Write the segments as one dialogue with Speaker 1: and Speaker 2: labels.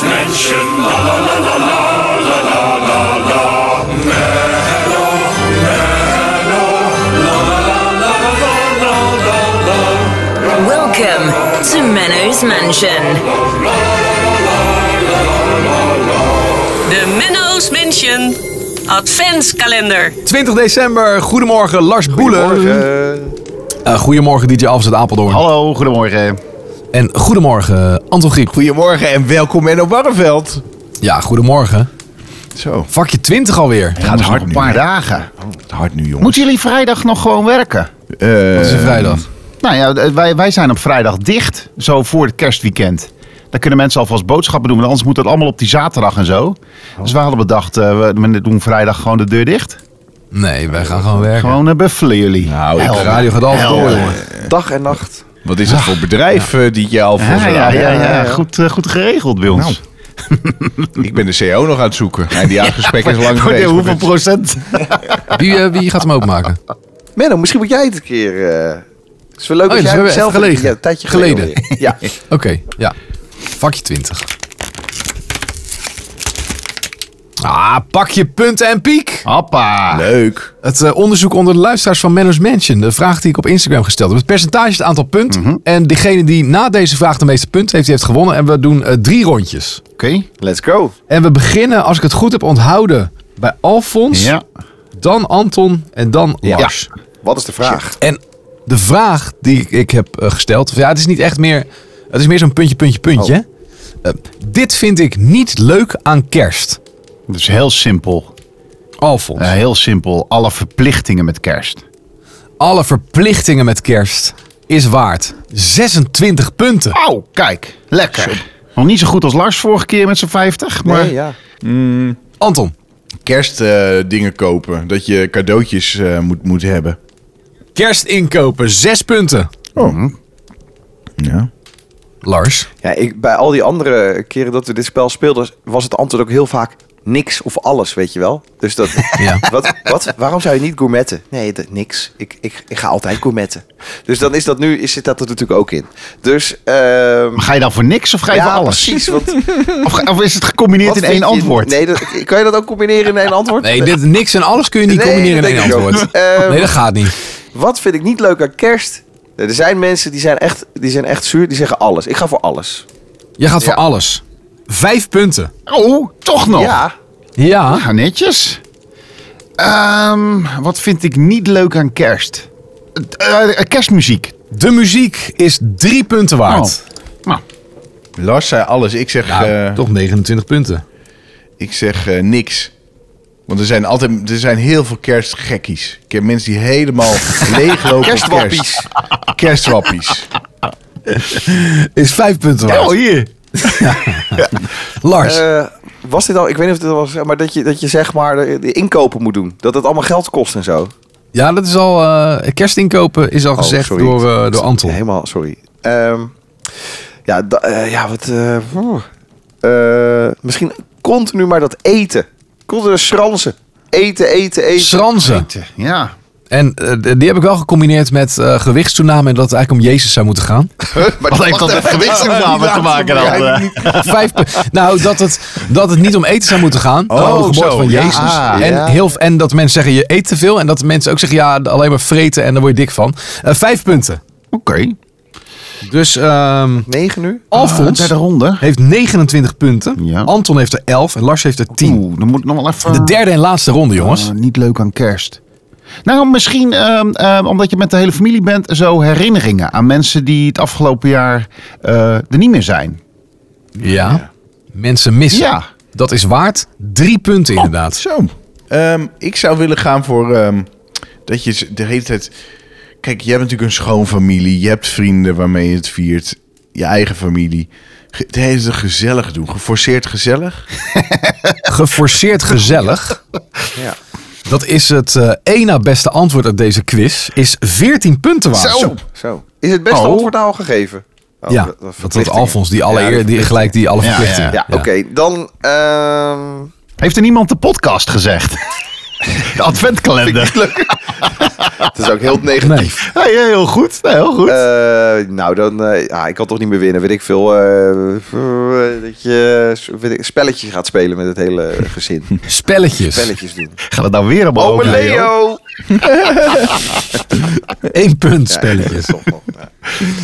Speaker 1: Revolution. La la la la la la la la la. Mellow, mellow. La la la la la la la la.
Speaker 2: Welcome to Menno's Mansion.
Speaker 3: De Menno's Mansion Adventskalender.
Speaker 4: 20 december, goedemorgen Lars Boelen. Eh, goedemorgen DJ Alves uit Apeldoorn.
Speaker 5: Hallo, goedemorgen.
Speaker 4: En goedemorgen Anton Griep.
Speaker 5: Goedemorgen en welkom in op Barneveld.
Speaker 4: Ja, goedemorgen.
Speaker 5: Zo.
Speaker 4: Vakje 20 alweer.
Speaker 5: Gaat hard een paar dagen.
Speaker 6: Oh, Hard nu, jongen.
Speaker 5: Moeten jullie vrijdag nog gewoon werken?
Speaker 4: Dat is een vrijdag.
Speaker 5: Nou ja, wij, wij zijn op vrijdag dicht, zo voor het kerstweekend. Dan kunnen mensen alvast boodschappen doen, want anders moet dat allemaal op die zaterdag en zo.
Speaker 6: Oh.
Speaker 5: Dus we hadden bedacht, eh, we we doen vrijdag gewoon de deur dicht.
Speaker 4: Nee, wij gaan gewoon werken.
Speaker 5: Gewoon eh, buffelen jullie.
Speaker 6: Nou, oh, ik
Speaker 4: De radio gaat altijd door,
Speaker 5: Helder.
Speaker 4: jongen.
Speaker 7: Dag en nacht.
Speaker 6: Wat is het voor bedrijf eh, die je al voor
Speaker 5: Ja,
Speaker 6: zo'n-
Speaker 5: ja, ja, ja. Goed, eh, goed geregeld bij ons.
Speaker 6: Nou, Ik ben de CEO nog aan het zoeken. En die gesprekken is lang
Speaker 5: Voor de-
Speaker 6: geweest. maar
Speaker 5: hoeveel
Speaker 6: dit-
Speaker 5: procent?
Speaker 4: Wie, eh, wie gaat hem openmaken?
Speaker 7: Menno, misschien moet jij het een keer. eh, Het is wel leuk
Speaker 4: Oh,
Speaker 7: als
Speaker 4: dat is
Speaker 7: jij
Speaker 4: wel
Speaker 7: het zelf
Speaker 4: gelegen.
Speaker 7: Ja, een tijdje
Speaker 4: Geleden.
Speaker 7: geleden. alweer. Ja.
Speaker 4: Oké, ja. Vakje 20. Ah, pak je punten en piek.
Speaker 5: Hoppa.
Speaker 6: Leuk.
Speaker 4: Het eh, onderzoek onder de luisteraars van Menno's Mansion. De vraag die ik op Instagram gesteld heb. Het percentage, het aantal punten.
Speaker 5: Mhm.
Speaker 4: En degene die na deze vraag de meeste punten heeft, die heeft gewonnen. En we doen eh, drie rondjes.
Speaker 5: Oké.
Speaker 7: Let's go.
Speaker 4: En we beginnen, als ik het goed heb onthouden, bij Alfons.
Speaker 5: Ja.
Speaker 4: Dan Anton en dan Lars.
Speaker 7: Wat is de vraag?
Speaker 4: En de vraag die ik- ik heb eh, gesteld. Ja, het is niet echt meer. Het is meer zo'n puntje, puntje, puntje.
Speaker 5: Oh.
Speaker 4: hè? Eh, dit vind ik niet leuk aan kerst.
Speaker 5: Dus heel simpel.
Speaker 4: Alfons.
Speaker 5: Eh, heel simpel. Alle verplichtingen met kerst.
Speaker 4: Alle verplichtingen met kerst is waard 26 punten.
Speaker 5: Au, kijk. Lekker. Nog niet zo goed als Lars vorige keer met zijn 50, maar...
Speaker 7: Nee, ja.
Speaker 4: Anton.
Speaker 6: Kerstdingen dingen kopen. Dat je cadeautjes eh, moet, moet hebben.
Speaker 4: Kerst inkopen, 6 punten.
Speaker 7: Oh.
Speaker 6: Ja.
Speaker 4: Lars.
Speaker 7: ja ik, bij al die andere keren dat we dit spel speelden, was het antwoord ook heel vaak niks of alles, weet je wel. Dus dat.
Speaker 4: Ja.
Speaker 7: Wat, wat? Waarom zou je niet gourmetten? Nee, dat, niks. Ik, ik, ik ga altijd gourmetten. Dus dan is dat nu, is, zit dat er natuurlijk ook in. Dus. ehm
Speaker 5: Maar ga je dan voor niks of ga je
Speaker 7: ja,
Speaker 5: voor alles?
Speaker 7: precies. Want,
Speaker 5: Of, ga- of is het gecombineerd
Speaker 7: wat
Speaker 5: in
Speaker 7: vind
Speaker 5: één
Speaker 7: je-
Speaker 5: antwoord?
Speaker 7: Nee, dat, kan je dat ook combineren in één antwoord?
Speaker 4: Nee, dit niks en alles kun je niet
Speaker 7: Nee,
Speaker 4: combineren
Speaker 7: dat
Speaker 4: in één
Speaker 7: denk ik ook.
Speaker 4: antwoord.
Speaker 7: Ehm,
Speaker 4: nee, dat gaat niet.
Speaker 7: Wat vind ik niet leuk aan kerst? Er zijn mensen die zijn echt, die zijn echt zuur. Die zeggen alles. Ik ga voor alles.
Speaker 4: Je gaat voor
Speaker 7: ja.
Speaker 4: alles. Vijf punten.
Speaker 5: Oh, toch nog?
Speaker 7: Ja.
Speaker 4: Ja.
Speaker 5: Ah, netjes. Ehm, wat vind ik niet leuk aan kerst? Eh, eh, kerstmuziek.
Speaker 4: De muziek is drie punten
Speaker 7: Oh.
Speaker 4: waard.
Speaker 5: Nou,
Speaker 6: Lars zei alles. Ik zeg,
Speaker 4: Nou,
Speaker 6: eh,
Speaker 4: toch 29 punten.
Speaker 6: ik zeg eh, niks. Want er zijn altijd er zijn heel veel kerstgekkies. Ik heb mensen die helemaal leeglopen. op kerst.
Speaker 7: Kerstwappies.
Speaker 6: Kerstwappies.
Speaker 4: Is vijf punten waard.
Speaker 5: oh, hier.
Speaker 4: Lars.
Speaker 7: Eh, was dit al? Ik weet niet of dit al was, eh, maar dat je, dat je zeg maar de, de inkopen moet doen. Dat het allemaal geld kost en zo.
Speaker 4: ja, dat is al. eh kerstinkopen is al
Speaker 7: Oh,
Speaker 4: Oh, gezegd
Speaker 7: sorry.
Speaker 4: door, eh, door Anton.
Speaker 7: Helemaal, sorry. Ehm, ja, da- eh, ja, wat. eh, oeh. Eh, misschien continu maar dat eten. Continu schransen. Eten, eten, eten.
Speaker 4: Schranzen.
Speaker 5: Ja.
Speaker 4: En eh, die heb ik wel gecombineerd met eh gewichtstoename. En dat het eigenlijk om Jezus zou moeten gaan.
Speaker 6: Maar
Speaker 5: Wat heeft dat met gewichtstoename te maken dan? eh?
Speaker 4: Vijf pu- nou, dat het, dat het niet om eten zou moeten gaan.
Speaker 6: Oh,
Speaker 4: maar om de geboorte
Speaker 6: zo,
Speaker 4: van
Speaker 6: ja.
Speaker 4: Jezus.
Speaker 6: Ah,
Speaker 4: en,
Speaker 7: ja.
Speaker 4: heel, en dat mensen zeggen, je eet te veel. En dat mensen ook zeggen, ja, alleen maar vreten en daar word je dik van. Eh, vijf punten.
Speaker 5: Oké.
Speaker 4: Dus ehm
Speaker 7: Negen nu?
Speaker 4: Alfons
Speaker 5: Derde ronde.
Speaker 4: heeft 29 punten.
Speaker 5: Ja.
Speaker 4: Anton heeft er 11 en Lars heeft er 10.
Speaker 5: Oeh, dan moet ik nog wel even...
Speaker 4: De derde en laatste ronde, jongens.
Speaker 5: Ah, niet leuk aan kerst. Nou, misschien ehm, ehm, omdat je met de hele familie bent, zo herinneringen aan mensen die het afgelopen jaar eh, er niet meer zijn.
Speaker 4: ja. Mensen missen.
Speaker 5: Ja.
Speaker 4: Dat is waard drie punten inderdaad.
Speaker 6: Zo. Ehm, ik zou willen gaan voor ehm, dat je z- de hele tijd. Kijk, je hebt natuurlijk een schoonfamilie. Je hebt vrienden waarmee je het viert. Je eigen familie. Ge- Het hele tijd gezellig doen. Geforceerd gezellig.
Speaker 4: Geforceerd gezellig.
Speaker 7: Ja.
Speaker 4: Dat is het eh één na beste antwoord uit deze quiz. Is 14 punten waard.
Speaker 5: Zo.
Speaker 7: Zo. Is het beste
Speaker 5: Oh.
Speaker 7: antwoord nou al gegeven? Oh,
Speaker 4: ja,
Speaker 7: dat- dat
Speaker 4: dat dat
Speaker 7: verplichtingen.
Speaker 4: Alfons, die, alle
Speaker 7: Ja,
Speaker 4: eer, die gelijk die alle
Speaker 5: Ja,
Speaker 4: verplichtingen.
Speaker 7: Ja, oké. Dan ehm
Speaker 5: Heeft er niemand de podcast gezegd? De adventkalender.
Speaker 7: Het is ook heel
Speaker 4: Nee.
Speaker 7: negatief.
Speaker 5: Hey, hey, heel goed. Nee, heel goed.
Speaker 7: Eh, nou, dan... eh, ja, ik kan toch niet meer winnen, weet ik veel. eh, eh, dat je eh, weet ik, spelletjes gaat spelen met het hele gezin.
Speaker 4: Spelletjes.
Speaker 7: Spelletjes doen.
Speaker 5: Gaan we nou weer allemaal
Speaker 7: Ome
Speaker 5: over
Speaker 7: Leo!
Speaker 4: Eén punt
Speaker 7: Ja, dat is
Speaker 4: spelletjes.
Speaker 7: toch nog, ja.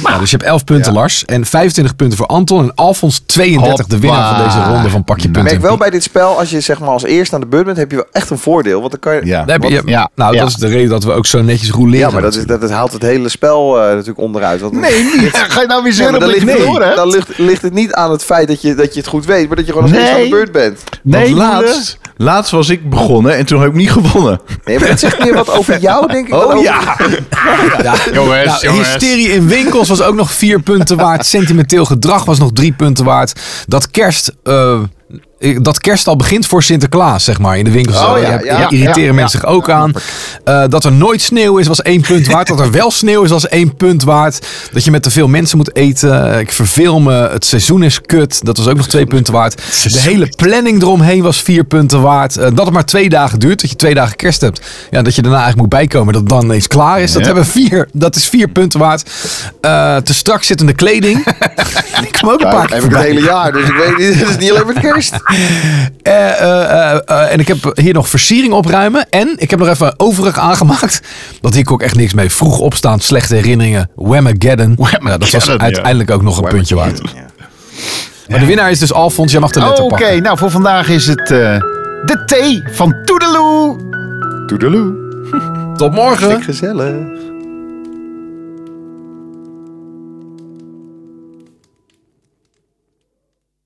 Speaker 4: Nou, dus je hebt 11 punten, Lars. En 25 punten voor Anton. En Alfons 32, de winnaar van deze
Speaker 5: Hoppa.
Speaker 4: ronde van Pak je punten.
Speaker 7: Ik merk
Speaker 4: en
Speaker 7: wel
Speaker 4: Piek.
Speaker 7: bij dit spel, als je zeg maar als eerste aan de beurt bent, heb je wel echt een voordeel. Want dan kan je...
Speaker 6: Ja.
Speaker 4: Daar heb je,
Speaker 5: Wat- ja,
Speaker 4: nou,
Speaker 5: ja.
Speaker 4: dat is de reden dat we ook zo netjes rouleren.
Speaker 7: Ja, maar dat, is, dat, dat haalt het hele spel eh, natuurlijk onderuit. Want
Speaker 5: Nee, niet. Ga je nou weer
Speaker 7: Ja,
Speaker 5: zeuren
Speaker 7: maar dan,
Speaker 5: dat
Speaker 7: ligt,
Speaker 5: je verloren
Speaker 7: dan
Speaker 5: hebt?
Speaker 7: ligt, ligt het niet aan het feit dat je, dat je het goed weet, maar dat je gewoon als
Speaker 5: Nee.
Speaker 7: eerste aan de beurt bent.
Speaker 6: Want
Speaker 5: Nee,
Speaker 6: laatst, laatst was ik begonnen en toen heb ik niet gewonnen.
Speaker 7: Nee, maar het zegt meer wat over jou, denk
Speaker 5: Oh,
Speaker 7: ik. dan over-
Speaker 5: Jongens,
Speaker 4: Nou,
Speaker 5: jongens.
Speaker 4: hysterie in winkels was ook nog vier punten waard. Sentimenteel gedrag was nog drie punten waard. Dat kerst, eh, dat kerst al begint voor Sinterklaas, zeg maar, in de winkels.
Speaker 7: Oh,
Speaker 4: Eh,
Speaker 7: ja,
Speaker 4: je hebt-
Speaker 7: ja,
Speaker 4: je irriteren
Speaker 5: ja,
Speaker 4: mensen zich ook aan. Eh, dat er nooit sneeuw is, was één punt waard. Dat er wel sneeuw is, was één punt waard. Dat je met te veel mensen moet eten. Ik verveel me. Het seizoen is kut. Dat was ook nog twee punten waard. De hele planning eromheen was vier punten waard. Eh, dat het maar twee dagen duurt. Dat je twee dagen kerst hebt. Ja, dat je daarna eigenlijk moet bijkomen. Dat het dan ineens klaar is. Dat
Speaker 5: Ja.
Speaker 4: hebben we vier. Dat is vier punten waard. Eh, te strak zittende kleding. Die kwam ook een paar keer
Speaker 7: heb ik het
Speaker 4: voorbij.
Speaker 7: hele jaar, dus ik weet niet, het is niet alleen met kerst.
Speaker 4: Eh, eh, eh, eh, en ik heb hier nog versiering opruimen. En ik heb nog even overig aangemaakt. Dat hier kon ik echt niks mee. Vroeg opstaan, slechte herinneringen. Whamageddon.
Speaker 5: Whamageddon,
Speaker 4: Ja, dat was
Speaker 5: ja.
Speaker 4: uiteindelijk ook nog een puntje waard. Maar de winnaar is dus Alfons. Jij mag de
Speaker 5: Oké,
Speaker 4: letter pakken.
Speaker 5: nou voor vandaag is het eh, de thee van Toedeloe.
Speaker 7: Toedeloe.
Speaker 4: Tot morgen.
Speaker 7: Gezellig.